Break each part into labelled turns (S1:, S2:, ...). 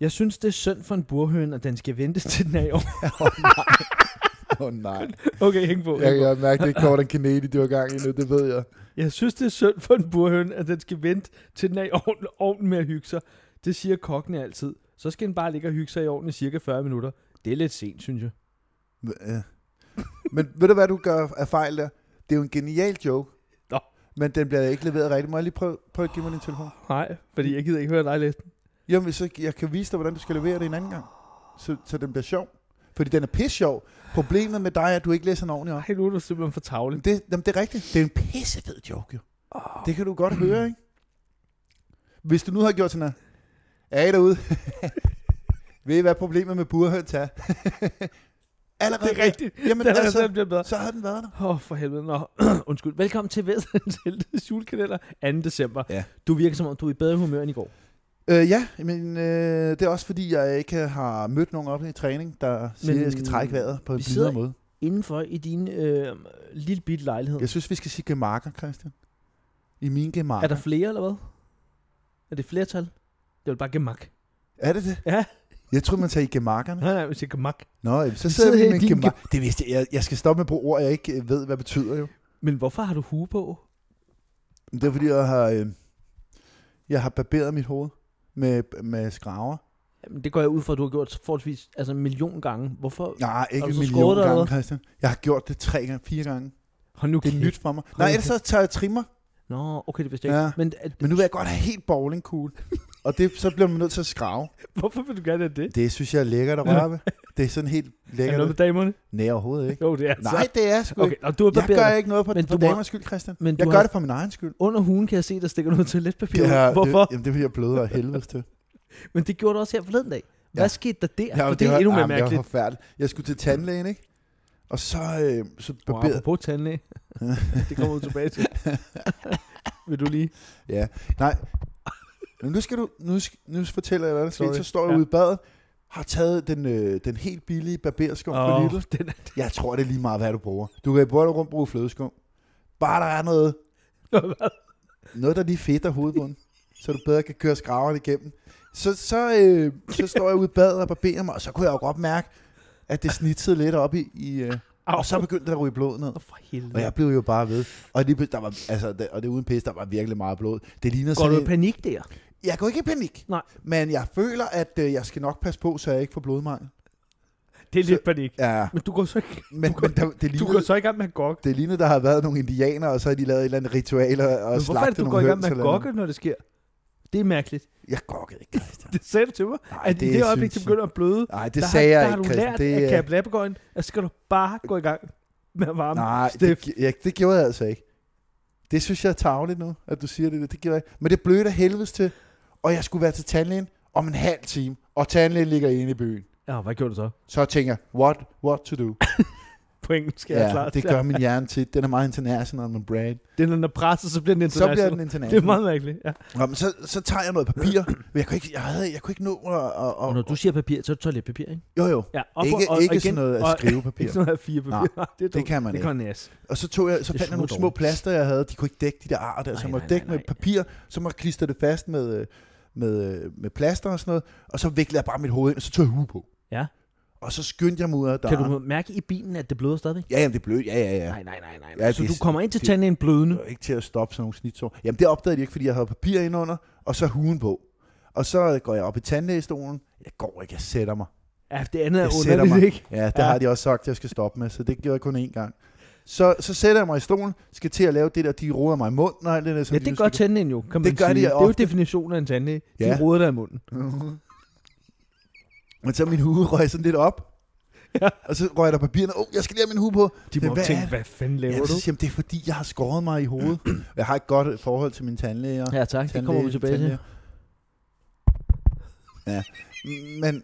S1: Jeg synes, det er synd for en burhøn, at den skal vente til den er i år.
S2: Åh oh, nej.
S1: Okay, hæng på.
S2: Jeg
S1: hæng på.
S2: kan mærke, det ikke kommer den kanadi, du har gang i nu, det ved jeg.
S1: Jeg synes, det er synd for en burhøn, at den skal vente til den er i ovnen, ovnen med at hygge sig. Det siger kokkene altid. Så skal den bare ligge og hygge sig i ovnen i cirka 40 minutter. Det er lidt sent, synes jeg.
S2: Ja. Men ved du, hvad du gør af fejl der? Det er jo en genial joke.
S1: Nå.
S2: Men den bliver ikke leveret rigtigt. Må jeg lige prøve, prøve at give mig din telefon?
S1: Nej, fordi jeg gider ikke høre dig læse den.
S2: Jamen, så jeg kan vise dig, hvordan du skal levere det en anden gang. Så, så den bliver sjov. Fordi den er pisse sjov. Problemet med dig er, at du ikke læser den ordentligt op.
S1: Ej, nu er du simpelthen for tavlig.
S2: Men Det, jamen, det er rigtigt. Det er en pissefed joke, jo.
S1: Oh.
S2: Det kan du godt høre, ikke? Hvis du nu har gjort sådan her. Er I derude? Ved I, hvad problemet med burhøns er? Allerede
S1: Det er rigtigt.
S2: Jamen,
S1: Den er
S2: altså,
S1: altså, bliver bedre.
S2: Så har den været der.
S1: Åh, oh, for helvede. Nå, undskyld. Velkommen til Vestens Heldes julekalender 2. december.
S2: Ja.
S1: Du virker som om, du er i bedre humør end i går.
S2: Øh, ja, men øh, det er også fordi, jeg ikke har mødt nogen op i træning, der siger,
S1: Men
S2: at jeg skal trække vejret på en
S1: vi sidder
S2: blidere måde.
S1: Indenfor i din øh, lille bitte lejlighed.
S2: Jeg synes, vi skal sige gemarker, Christian. I min gemarker.
S1: Er der flere, eller hvad? Er det flertal? Det er vel bare gemak.
S2: er det det?
S1: Ja.
S2: Jeg tror man tager i gemakkerne.
S1: Nej, nej, hvis jeg gemak.
S2: Nå, jamen, så
S1: Vi
S2: sidder
S1: sidder
S2: vi
S1: her i
S2: med en
S1: din
S2: gemarker. Det vidste jeg. jeg. Jeg skal stoppe med at bruge ord, jeg ikke øh, ved, hvad betyder jo.
S1: Men hvorfor har du hue på?
S2: Men Det er fordi, jeg har, øh, jeg har barberet mit hoved med, med skraver.
S1: Jamen, det går jeg ud fra, at du har gjort forholdsvis altså en million gange. Hvorfor?
S2: Nej, ikke
S1: du
S2: en
S1: så
S2: million
S1: skåret dig,
S2: gange,
S1: eller hvad?
S2: Christian. Jeg har gjort det tre gange, fire gange.
S1: Hold nu
S2: Det er
S1: kæft.
S2: nyt for mig.
S1: Hold
S2: Nej,
S1: nu
S2: ellers så tager jeg trimmer.
S1: Nå, okay, det vidste jeg ikke.
S2: Ja.
S1: Men, øh, at,
S2: Men nu vil jeg godt have helt bowlingkugle. Og det, så bliver man nødt til at skrave.
S1: hvorfor vil du gerne have det?
S2: Det synes jeg er lækkert at røre ved. Det er sådan helt
S1: Er det
S2: lækkert.
S1: noget med damerne?
S2: Nej, overhovedet ikke.
S1: Jo, det er så.
S2: Nej, det er sgu okay.
S1: Okay,
S2: ikke.
S1: og du har
S2: Jeg
S1: barberet
S2: gør
S1: dig.
S2: ikke noget på,
S1: Men
S2: på
S1: du må-
S2: damers skyld, Christian.
S1: Men du
S2: Jeg
S1: har-
S2: gør det for min egen skyld.
S1: Under huden kan jeg se, der stikker noget toiletpapir ud.
S2: Det er,
S1: Hvorfor?
S2: Det, jamen, det bliver jeg blødere af helvedes til.
S1: Men det gjorde du også her forleden dag. Hvad
S2: Ja.
S1: skete der der?
S2: Ja,
S1: Ja,
S2: men
S1: For det, er
S2: var-
S1: endnu mere
S2: jamen, Det
S1: mærkeligt.
S2: var forfærdeligt. Jeg skulle til tandlægen, ikke? Og så, øh, så
S1: Wow,
S2: barberede...
S1: apropos tandlæge. det kommer du tilbage til. vil du lige?
S2: Ja, nej. Men nu skal du, nu, sk- nu fortæller jeg, hvad der skete.
S1: Sorry.
S2: Så står jeg
S1: Ja.
S2: ude i badet, har taget den, øh, den helt billige barberskum oh. fra Lidl.
S1: den er,
S2: Jeg tror, det er lige meget, hvad du bruger. Du kan i bund og grund bruge flødeskum. Bare der er noget, noget der lige fedter hovedbunden, så du bedre kan køre skraverne igennem. Så, så, øh, så står jeg ude i badet og barberer mig, og så kunne jeg jo godt mærke, at det snittede lidt op i... i øh,
S1: Au.
S2: og så begyndte der at ryge blod ned.
S1: Åh, for helvede.
S2: Og jeg blev jo bare ved. Og, lige, pludselig- der var, altså, der, og det er uden pis, der var virkelig meget blod. Det ligner
S1: Går
S2: sådan
S1: du
S2: en-
S1: i panik der?
S2: Jeg går ikke i panik.
S1: Nej.
S2: Men jeg føler, at øh, jeg skal nok passe på, så jeg ikke får blodmangel.
S1: Det er lidt panik.
S2: Ja,
S1: Men du går så ikke,
S2: men,
S1: Du
S2: men der, det,
S1: du går
S2: ligner,
S1: så i gang med at gokke.
S2: det ligner, der har været nogle indianere, og så har de lavet et eller andet ritual og, og
S1: Men hvorfor er
S2: slagtet
S1: det, du
S2: nogle
S1: går i gang
S2: høns
S1: med at
S2: eller noget.
S1: gokke, når det sker? Det er mærkeligt.
S2: Jeg gokkede ikke, Christian.
S1: Det sagde du til mig,
S2: Nej,
S1: at i det øjeblik, du
S2: synes jeg-
S1: begynder at bløde,
S2: Nej, det
S1: der,
S2: sagde
S1: har,
S2: jeg
S1: der har
S2: ikke,
S1: du
S2: Christian.
S1: lært
S2: Det,
S1: af
S2: øh,
S1: Kap Lappegøjen, at skal du bare gå i gang med at varme.
S2: Nej, det,
S1: Steff.
S2: gi- jeg, det gjorde jeg altså ikke. Det synes jeg er tavligt nu, at du siger det. Det gjorde jeg ikke. Men det blødte af helvedes til, og jeg skulle være til tandlægen om en halv time, og tandlægen ligger inde i byen.
S1: Ja, hvad gjorde du så?
S2: Så tænker jeg, what, what to do?
S1: På engelsk er jeg
S2: ja,
S1: klar.
S2: det gør min hjerne tit. Den er meget international, men brand.
S1: Det er, når den er presset, så bliver den
S2: Så
S1: international.
S2: bliver den
S1: Det
S2: international.
S1: er meget mærkeligt, ja.
S2: Nå, men så, så tager jeg noget papir, men jeg kunne ikke, jeg havde, jeg kunne ikke nå at... at,
S1: Og
S2: at
S1: når du siger papir, så er det toiletpapir, ikke?
S2: jo, jo.
S1: Ja,
S2: Ikke,
S1: og,
S2: ikke
S1: og igen,
S2: sådan noget
S1: og-
S2: at skrive papir.
S1: Ikke sådan noget af fire papir. Nej, det, er
S2: det
S1: dumt.
S2: kan man
S1: det
S2: ikke.
S1: kan næs.
S2: Og så, tog jeg, så
S1: Det
S2: fandt jeg
S1: smager
S2: nogle små
S1: dårligt.
S2: plaster, jeg havde. De kunne ikke dække de der arter, så
S1: Nej,
S2: jeg måtte
S1: nej,
S2: dække
S1: nej,
S2: med papir, så måtte jeg klistre det fast med, øh, med, øh, med plaster og sådan noget. Og så viklede jeg bare mit hoved ind, og så tog jeg hue på.
S1: Ja.
S2: Og så skyndte jeg mig ud af
S1: Kan
S2: døren.
S1: du mærke i bilen, at det bløder stadigvæk?
S2: Ja, jamen, det er blødt. Ja, ja, ja.
S1: Nej, nej, nej, nej.
S2: Ja,
S1: Ja, så
S2: det-
S1: du kommer ind til
S2: det-
S1: tanden blødende.
S2: Det var ikke til at stoppe sådan nogle snitsår. Jamen, det opdagede de ikke, fordi jeg havde papir indenunder, og så huen på. Og så går jeg op i tandlægestolen. Jeg går ikke, jeg sætter mig.
S1: Ja, det andet er
S2: Jeg sætter
S1: underligt,
S2: mig.
S1: ikke?
S2: Ja, det
S1: Ja.
S2: ja. har de også sagt, at jeg skal stoppe med, så det gjorde jeg kun én gang. Så, så sætter jeg mig i stolen, skal til at lave det der, de roder mig i munden og alt det der. som
S1: Ja,
S2: de
S1: det
S2: nu
S1: gør
S2: skal-
S1: tanden jo, kan man
S2: Det gør de
S1: sige. Det er jo
S2: ofte.
S1: definitionen af en tandlæge. De
S2: Ja.
S1: roder dig i munden.
S2: Men så min hue røg sådan lidt op.
S1: Ja.
S2: Ja. Og så røg der papirerne. Åh, oh, jeg skal lige have min hue på.
S1: De må
S2: Men
S1: jo
S2: hvad
S1: tænke,
S2: er-
S1: hvad fanden laver
S2: Ja,
S1: du?
S2: så siger jeg, det er fordi, jeg har skåret mig i hovedet. Jeg har et godt forhold til min tandlæge. og-
S1: Ja, tak. Det kommer vi tilbage til.
S2: Ja, men...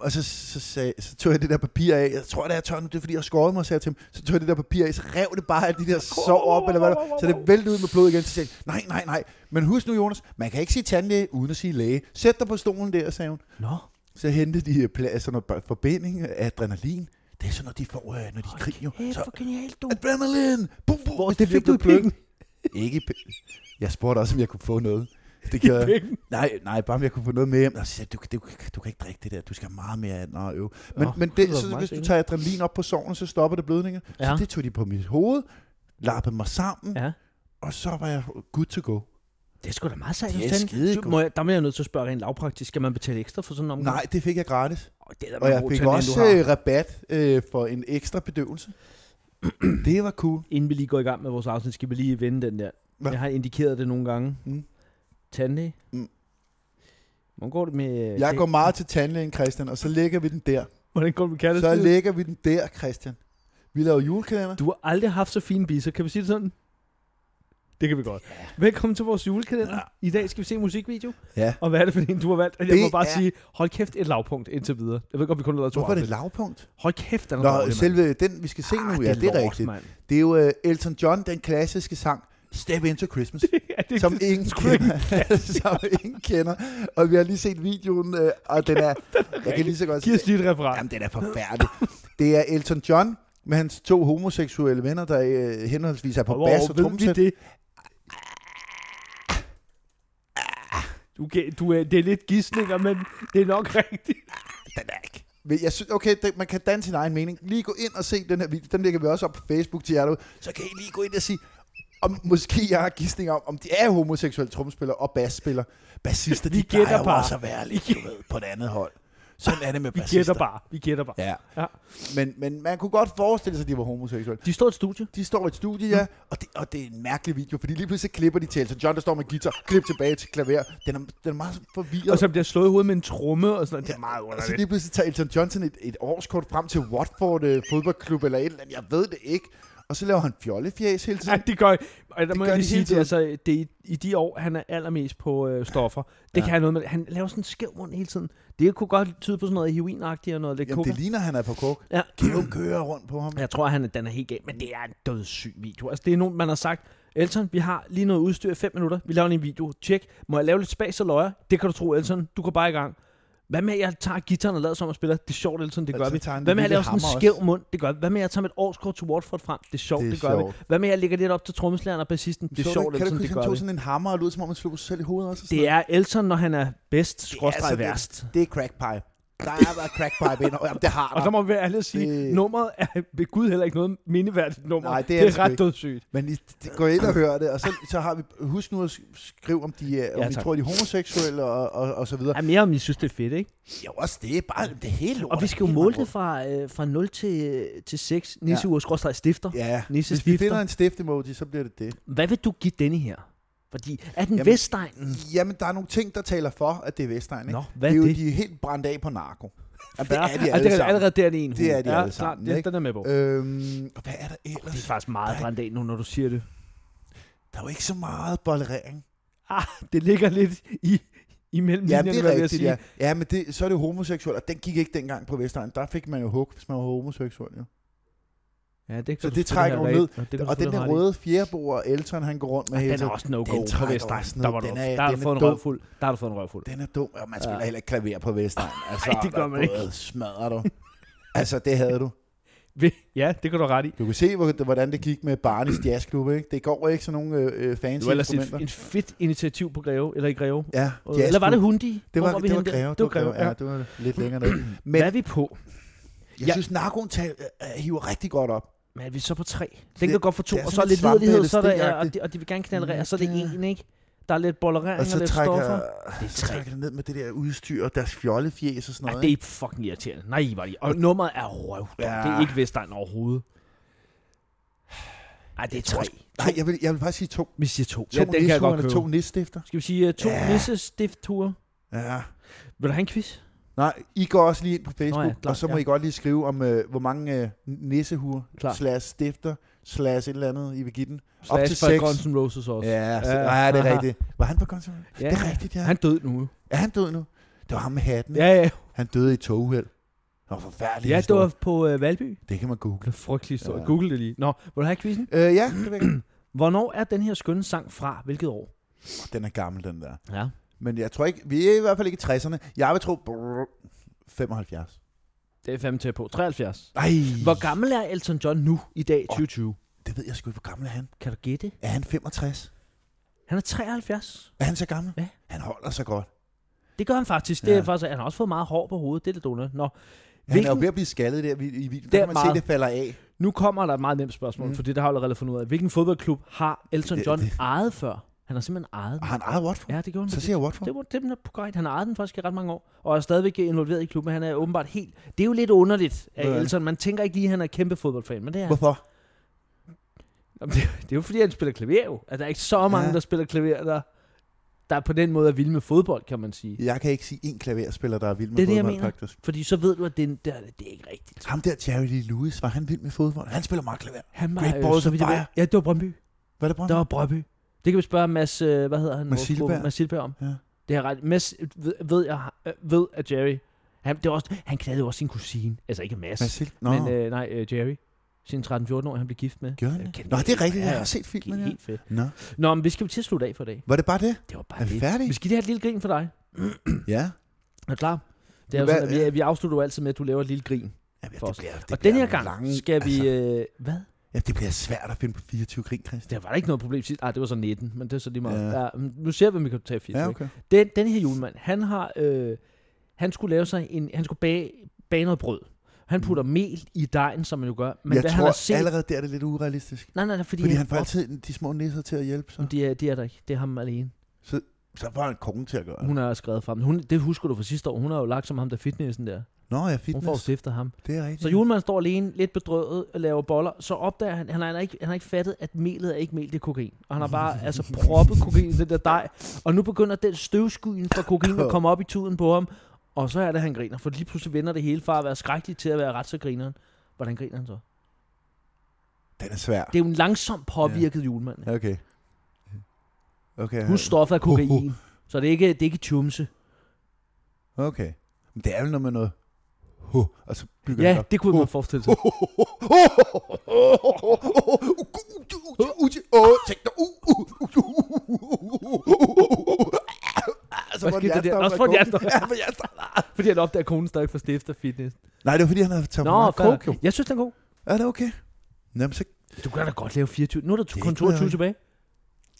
S2: Og så, så, sagde, så tog jeg det der papir af. Jeg tror, det er tør nu. Det er, fordi jeg har skåret mig, sagde jeg til ham. Så tog jeg det der papir af. Så rev det bare alle de der sår op, eller hvad der, Så det væltede ud med blod igen. Så sagde jeg, nej, nej, nej. Men husk nu, Jonas, man kan ikke sige tandlæge, uden at sige læge. Sæt dig på stolen der, sagde hun.
S1: Nå,
S2: Så hentede de øh, pla- altså noget b- forbinding af adrenalin. Det er sådan noget, de får, øh, når de er i krig, jo.
S1: kæft,
S2: Så,
S1: hvor genialt du.
S2: adrenalin! Bum, bum,
S1: Hvor
S2: og
S1: det
S2: bliver
S1: fik du i
S2: blødt.
S1: pikken?
S2: Ikke i pi- Jeg spurgte også, om jeg kunne få noget. Det
S1: i
S2: gjorde jeg.
S1: penge.
S2: Nej, nej, bare om jeg kunne få noget med hjem. Og så siger, jeg, du, du, du kan ikke drikke det der, du skal have meget mere af den og øve. Men,
S1: Nå,
S2: men
S1: det
S2: det,
S1: var
S2: så,
S1: meget
S2: hvis du
S1: spændende.
S2: tager adrenalin op på sovnen, så stopper det blødninger. Ja.
S1: Ja.
S2: Så det tog de på mit hoved, lappede mig sammen, ja.
S1: Ja.
S2: og så var jeg good to go.
S1: Det er sgu da meget sejt.
S2: Det er
S1: hos tandlægen.
S2: skide
S1: Så må jeg, der må jeg nødt til at spørge rent lavpraktisk. Skal man betale ekstra for sådan en omgang?
S2: Nej, det fik jeg gratis.
S1: Åh, det er da
S2: Og
S1: bare
S2: jeg
S1: god
S2: fik
S1: tandlæge,
S2: også
S1: du har.
S2: øh, rabat øh, for en ekstra bedøvelse. det var cool.
S1: Inden vi lige går i gang med vores afsnit, skal vi lige vende den der.
S2: Hva?
S1: Jeg har indikeret det nogle gange.
S2: Mm.
S1: Tandlæge.
S2: Mm.
S1: Hvordan går det med...
S2: Jeg går meget til tandlægen, Christian, og så lægger vi den der.
S1: Hvordan går det med kærlighed?
S2: Så lægger vi den der, Christian. Vi laver julekalender.
S1: Du har aldrig haft så fine biser, kan vi sige det sådan? Det kan vi godt. Velkommen til vores julekalender. I dag skal vi se en musikvideo.
S2: Ja.
S1: Og hvad er det for en, du har valgt? Jeg
S2: Det
S1: må bare
S2: er-
S1: sige, hold kæft et lavpunkt indtil videre. Jeg ved godt, vi kun har lavet to
S2: Hvorfor er det et
S1: afsnit.
S2: lavpunkt?
S1: Hold kæft, den er Ah,
S2: Nå,
S1: dårlig,
S2: selve den, vi skal se nu, ja, det er rigtigt.
S1: Mand.
S2: Det er jo uh, Elton John, den klassiske sang Step Into Christmas,
S1: Ja, det,
S2: som
S1: det,
S2: ingen kender. som ingen kender. Og vi har lige set videoen, uh, og den er... jeg kan lige så godt
S1: giv os lige et referat.
S2: Jamen, den er forfærdelig. Det er Elton John med hans to homoseksuelle venner, der uh, henholdsvis er på
S1: Hvor
S2: bas og
S1: ved vi
S2: tromsæt.
S1: det? Du, kan- du, er, det er lidt gidsninger, men det er nok rigtigt.
S2: Den er ikke. Men jeg synes, okay, det, man kan danne sin egen mening. Lige gå ind og se den her video. Den lægger vi også op på Facebook til jer derude. Så kan I lige gå ind og sige, om måske jeg har gidsninger om, om de er homoseksuelle tromspillere og basspillere. Bassister,
S1: Vi
S2: de plejer
S1: gætter
S2: jo
S1: bare.
S2: også at være lidt, du ved, på et andet hold. Sådan er det med
S1: Vi
S2: bassister.
S1: gætter bare. Vi gætter bare.
S2: Ja.
S1: Ja.
S2: Men, men man kunne godt forestille sig, at de var homoseksuelle.
S1: De står i et studie.
S2: De står i et studie, ja, og det, og det er en mærkelig video, fordi lige pludselig klipper de til Elton John, der står med guitar, klip tilbage til klaver. Den er, den er meget forvirret.
S1: Og så bliver slået i hovedet med en tromme og sådan noget. Det er meget
S2: Og så
S1: underligt.
S2: Altså, lige pludselig tager Elton Johnson et, et årskort frem til Watford øh, fodboldklub eller et eller andet. Jeg ved det ikke. Og så laver han fjollefjæs hele
S1: Ja,
S2: tiden.
S1: det gør Og der
S2: Det
S1: må
S2: gør
S1: jeg lige
S2: de hele
S1: sige, det, er altså, det er i, i de år, han er allermest på øh, stoffer. Det
S2: Ja.
S1: ja. kan have noget med Han laver sådan en skæv mund hele tiden. Det kunne godt tyde på sådan noget heroinagtigt og noget lidt
S2: Jamen,
S1: coca.
S2: det ligner, han er på kok.
S1: Ja.
S2: Kæven kører rundt på ham.
S1: Jeg tror, han den er helt gal, men det er en dødssyg video. Altså, det er nogen, man har sagt, Elton, vi har lige noget udstyr i 5 minutter. Vi laver lige en video. Tjek. Må jeg lave lidt spas og løjer? Det kan du tro, Elton. Du går bare i gang. Hvad med, at jeg tager gitaren og lader som og spiller? Det er sjovt, Elton. Det gør
S2: Altså,
S1: vi.
S2: tager han
S1: Hvad
S2: den
S1: med, at jeg laver
S2: lille
S1: sådan en
S2: hammer
S1: skæv
S2: også?
S1: mund? Det gør vi. Hvad med, at jeg tager mit årskort til Watford frem? Det er sjovt,
S2: Det er
S1: det, gør
S2: sjovt.
S1: vi. Hvad med, at jeg lægger lidt op til trommeslageren og bassisten? Det er
S2: Så
S1: sjovt,
S2: Kan
S1: Elton.
S2: du ikke
S1: Det
S2: huske, han
S1: gør
S2: tog
S1: vi.
S2: sådan en hammer og lød, som om han slog sig selv i hovedet også? og sådan
S1: Det er Elton, når han er bedst,
S2: sådan
S1: skråstrej værst.
S2: lidt- noget? altså det er crackpipe. Der er været crackpipe ind. Jamen, det har
S1: Og
S2: der.
S1: der må vi være ærlige at sige,
S2: Ah, Det-
S1: det... nummeret er ved Gud heller ikke noget mindeværdigt nummer.
S2: Nej, det er
S1: det er
S2: det sgu
S1: ret
S2: ikke.
S1: dødssygt.
S2: Men I, de, går ind og hører det, og så, så har vi... Husk nu at sk- skrive, om de, er- om
S1: Ja,
S2: ja, I
S1: tak.
S2: tror, de er homoseksuelle og, og, og så videre.
S1: Ja, mere om I synes, det er fedt, ikke?
S2: Ja, også det er bare det hele lort.
S1: Og vi skal jo
S2: Hele
S1: måle det
S2: lort.
S1: fra, øh, fra 0 til, øh, til 6. Nisse ja. skråstrej stifter. Ja.
S2: Ja,
S1: Nisse
S2: hvis vi
S1: stifter.
S2: finder en stiftemoji, så bliver det det.
S1: Hvad vil du give denne her? Fordi er den
S2: Jamen,
S1: Jamen, Vestegnen?
S2: Jamen, der er nogle ting, der taler for, at det er Vestegn. Ikke?
S1: Mm. Nå, hvad
S2: det
S1: er
S2: er jo,
S1: det?
S2: de er helt brændt af på narko. Jamen, det
S1: Ja,
S2: er de
S1: ah, det
S2: alle
S1: er
S2: sammen.
S1: allerede der, det er en
S2: Det er
S1: hoved.
S2: de alle sammen,
S1: Ja,
S2: ikke?
S1: den er med på. Øh,
S2: Øhm, og hvad er der
S1: det er
S2: ellers?
S1: faktisk meget
S2: der er-
S1: brændt af nu, når du siger det.
S2: Der er jo ikke så meget bollerering.
S1: Det ligger lidt i, imellem
S2: Ja,
S1: linjerne,
S2: det
S1: hvad
S2: er
S1: vil jeg
S2: rigtigt,
S1: sige.
S2: ja. ja. men det, så er det homoseksuelt, og den gik ikke dengang på Vestegn. Der fik man jo hug, hvis man var homoseksuel. Jo.
S1: ja det kan
S2: Så
S1: du selvfølgelig
S2: det trækker
S1: have
S2: jo
S1: ret i. det kan du
S2: Og den
S1: selvfølgelig
S2: der
S1: have ret i.
S2: røde fjerdeboer, Elton, han går rundt med hele
S1: den er
S2: tiden.
S1: også no-go
S2: den
S1: på
S2: trækker også
S1: Vestegn.
S2: ned.
S1: Der, var du,
S2: Den
S1: den
S2: er-
S1: der har
S2: den
S1: du
S2: er
S1: fået en
S2: dum.
S1: røvfuld. Der har du fået en røvfuld.
S2: Den er dum, og man spiller
S1: Ja.
S2: ja. heller ikke klaver på Vestegn. Altså,
S1: Ej, det gør
S2: der
S1: man ikke.
S2: både Smadrer du. Altså, det havde du.
S1: Ja, det kan du have ret i.
S2: Du kan se, hvor- hvordan det gik med Barnes Jazzklub, ikke? Det går ikke sådan nogle øh, øh,
S1: Det
S2: fancy
S1: var ellers et,
S2: instrumenter.
S1: et fedt initiativ på Greve, eller i Greve.
S2: Ja,
S1: Eller var det Hundi?
S2: Det
S1: Hvor
S2: var,
S1: vi
S2: det var
S1: henne der?
S2: Greve.
S1: Det var Greve,
S2: ja.
S1: ja.
S2: Det var lidt længere ned.
S1: Hvad
S2: Men
S1: er vi på?
S2: jeg
S1: Ja.
S2: synes, narkoen tal, øh, hiver rigtig godt op.
S1: Men er vi så på tre? Den
S2: Det-
S1: kan gå for to,
S2: det er
S1: og så
S2: sådan
S1: er lidt
S2: lidt svampe-
S1: liderlighed, så er
S2: LSD
S1: der,
S2: -agtigt. Mm,
S1: og, de, og de vil gerne knallerere, så er det
S2: Ja.
S1: en, ikke? Der er lidt bollerering
S2: Og
S1: og,
S2: så
S1: lidt
S2: trækker,
S1: stoffer.
S2: det
S1: Det
S2: er
S1: er
S2: så trækker det ned med det der udstyr og deres fjollefjes og sådan
S1: Nej,
S2: noget.
S1: det
S2: ikke?
S1: er fucking irriterende. Nej, var det. Og nummeret er røv. Ja.
S2: Ja.
S1: Det er ikke Vestegn overhovedet. Ej, det er tre.
S2: Nej, jeg vil, jeg vil faktisk sige to.
S1: Vi siger to.
S2: To ja, nissehorn og to nisstifter.
S1: Skal vi sige uh, to
S2: Ja.
S1: ja. nissestiftture?
S2: Ja.
S1: Vil du have en quiz?
S2: Nej, I går også lige ind på Facebook,
S1: Nå ja, klart,
S2: og så må
S1: ja.
S2: I godt lige skrive om, øh, hvor mange øh, nissehuer,
S1: Klar.
S2: slash stifter, slash et eller andet, I vil give den.
S1: Slash
S2: til
S1: for
S2: seks.
S1: Guns N' Roses også.
S2: Ja, så,
S1: Ja.
S2: ja, det er
S1: Aha.
S2: rigtigt. Var han på Guns N' Roses?
S1: Ja.
S2: Det er rigtigt, ja.
S1: Han døde nu.
S2: er han død nu? Det var ham med hatten.
S1: Ja, ja.
S2: Han døde i et toguheld. Det var forfærdeligt.
S1: Ja, det var på uh, Valby.
S2: det kan man google.
S1: Det er frygtelig historie.
S2: Ja.
S1: Google det lige. Nå, vil du have quizzen?
S2: Øh, ja, det ved jeg.
S1: Hvornår er den her skønne sang fra? Hvilket år?
S2: den er gammel, den der.
S1: Ja.
S2: Men jeg tror ikke, vi er i hvert fald ikke i 60'erne. Jeg vil tro brrr, 75.
S1: Det er fandme tæt på. 73.
S2: Ej,
S1: Hvor gammel er Elton John nu i dag,
S2: Åh.
S1: 2020?
S2: det ved jeg sgu ikke, hvor gammel er han.
S1: Kan du gætte?
S2: Er han 65?
S1: Han er 73.
S2: Er han så gammel?
S1: Ja.
S2: Han holder sig godt.
S1: Det gør han faktisk. Det ja.
S2: Ja.
S1: er faktisk han har også fået meget hår på hovedet. Det er lidt underligt. Nå,
S2: Han er jo
S1: Hvilken-
S2: ved at blive skaldet der i i videoen.
S1: Det
S2: Der
S1: er
S2: kan man
S1: meget.
S2: se, det falder af.
S1: nu kommer der et meget nemt spørgsmål, mm.
S2: Mm.
S1: for det har jeg allerede fundet ud af. Hvilken fodboldklub har Elton
S2: Det-
S1: John
S2: det-
S1: ejet før? Han har simpelthen ejet
S2: Og
S1: den.
S2: han ejer Watford.
S1: Ja, det gjorde han.
S2: Så siger jeg Watford.
S1: Det var det er korrekt. Han har ejet den faktisk i ret mange år, og er stadigvæk involveret i klubben. Han er åbenbart helt... Det er jo lidt underligt af
S2: Ja.
S1: Elton. Man tænker ikke lige, at han er kæmpe fodboldfan, men det er han.
S2: Hvorfor?
S1: Jamen, det, det er jo fordi, han spiller klaver jo. Altså, der er ikke så mange, ja.
S2: Ja.
S1: der spiller klaver, der, der på den måde er vilde med fodbold, kan man sige.
S2: Jeg kan ikke sige en klaverspiller, der er vild med
S1: Det er det, jeg
S2: fodbold,
S1: mener.
S2: faktisk.
S1: Fordi så ved du, at det, er en- det, er, det er ikke rigtigt.
S2: Ham der Charity Lewis, var han vild med fodbold? Han spiller meget klaver.
S1: Han var,
S2: Great
S1: øh,
S2: balls
S1: så
S2: of
S1: vidt jeg ved-
S2: fire.
S1: Ja, det var Brøndby.
S2: Hvad er det,
S1: Der
S2: Brøndby?
S1: var Brøndby. Det kan vi spørge Mads, øh, hvad hedder han?
S2: Mads
S1: Vores
S2: Silberg.
S1: gode- Mads Silberg om.
S2: Ja.
S1: Det er ret. Mads øh, ved, ved, jeg, øh, ved at Jerry, han, det var også, han knaldede jo også sin kusine. Altså ikke Mads.
S2: Mads Hilt- Nå,
S1: Men øh, nej, øh, Jerry, sin 13-14 år, han blev gift med.
S2: gjorde han
S1: Øh,
S2: det?
S1: kan-
S2: Nå, det er rigtigt.
S1: Ja,
S2: Jeg har set
S1: det er
S2: filmen, ja.
S1: helt fedt.
S2: Nå,
S1: Nå, men vi skal jo til at slutte af for i dag.
S2: var det bare det?
S1: Det var bare
S2: Er vi
S1: det.
S2: færdige?
S1: Vi skal lige have et lille grin for dig.
S2: Ja.
S1: Er du klar? Det er jo
S2: Hvad-
S1: sådan, at vi, vi afslutter jo altid med, at du laver et lille grin.
S2: Jamen, ja,
S1: For os.
S2: det bliver, det
S1: og
S2: bliver
S1: den her gang
S2: lange-
S1: skal vi...
S2: Altså,
S1: Øh, hvad?
S2: ja, det bliver svært at finde på 24 krig, Christian.
S1: Der var der ikke noget problem sidst. Ah, det var så 19, men det er så lige meget. Ja.
S2: Ja.
S1: Ja, men nu ser vi, om vi kan tage 80.
S2: Ja,
S1: Ja, okay.
S2: okay.
S1: den, den her julemand, han har... Øh, han skulle lave sig en... Han skulle bage, bage noget brød. Han putter mm. mel i dejen, som man jo gør. Men
S2: Men jeg
S1: hvad
S2: tror
S1: han har set...
S2: allerede der er det lidt urealistisk.
S1: Nej, nej, nej, fordi,
S2: Fordi han får altid de små nisser til at hjælpe sig.
S1: Det er, det er der ikke. Det er ham alene.
S2: Så får han kongen til at gøre det.
S1: Mm. Hun har skrevet for ham. Hun, det husker du fra sidste år. Hun har jo lagt som ham, der fitnessen der.
S2: Nå, ja,
S1: Hun får jo
S2: fitness.
S1: stiftet ham.
S2: Det er rigtigt.
S1: Så julemanden står alene, lidt bedrøvet, og laver boller. Så opdager han, han har ikke, han har ikke fattet, at melet er ikke mel, det er kokain. Og han har bare altså, proppet kokain i det der dej. Og nu begynder den støvskyen fra kokain at komme op i tuden på ham. Og så er det, han griner. For lige pludselig vender det hele fra at være skrækkeligt til at være ret så grineren. Hvordan griner han så?
S2: Den er svær.
S1: Det er jo en langsomt påvirket ja. julemand.
S2: Ja, Okay. Okay.
S1: Husk stoffet af kokain. Så det er ikke, det er ikke tjumse.
S2: Okay. Men det er jo noget med noget... Huh, og så bygger
S1: Ja,
S2: han op.
S1: det kunne man forestille sig.
S2: Så var det
S1: skete der der?
S2: hjertestop,
S1: Nå, så var det
S2: kogen.
S1: hjertestop.
S2: Ja, for hjertestop.
S1: Fordi han opdager, at konen stadig får stifter fitness.
S2: Nej, det var fordi, han havde taget
S1: Nå,
S2: for meget coke.
S1: coke. Jeg synes, den er god.
S2: jo. Er det okay? Jamen, så
S1: Du kan da godt lave 24. Nu er der to-
S2: Det er
S1: kun
S2: ikke noget,
S1: 22 tilbage.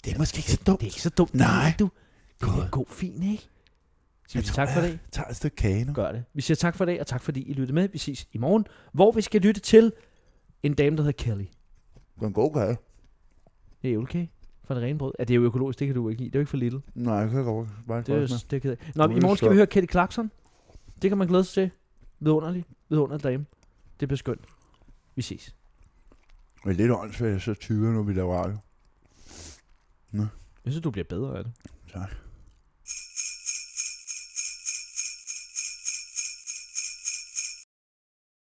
S2: det er måske ikke så dumt.
S1: Det er ikke så dumt.
S2: Nej.
S1: Du, det er
S2: God.
S1: en god, fin, ikke? Siger
S2: Jeg
S1: vi
S2: tror,
S1: tak for
S2: jeg
S1: det?
S2: tager et stykke kage nu.
S1: Gør det. Vi siger tak for det, og tak fordi I lyttede med. Vi ses i morgen, hvor vi skal lytte til en dame, der hedder Kelly.
S2: Det var en god kage.
S1: Det er julekage fra det rene brød. Ja, det er jo økologisk, det kan du ikke lide. Det er jo ikke for little.
S2: Nej, jeg kan godt. Bare
S1: Det er, jo- det er ked af. Nå,
S2: Du
S1: men i
S2: er
S1: morgen skal vi
S2: slap.
S1: høre Kelly Clarkson. Det kan man glæde sig til. Vidunderlig. Vidunderlig dame. Det bliver skønt. Vi ses.
S2: Det er lidt åndssvagt, at jeg så tyder, når vi laver radio.
S1: Jeg synes, du bliver bedre af det.
S2: Tak.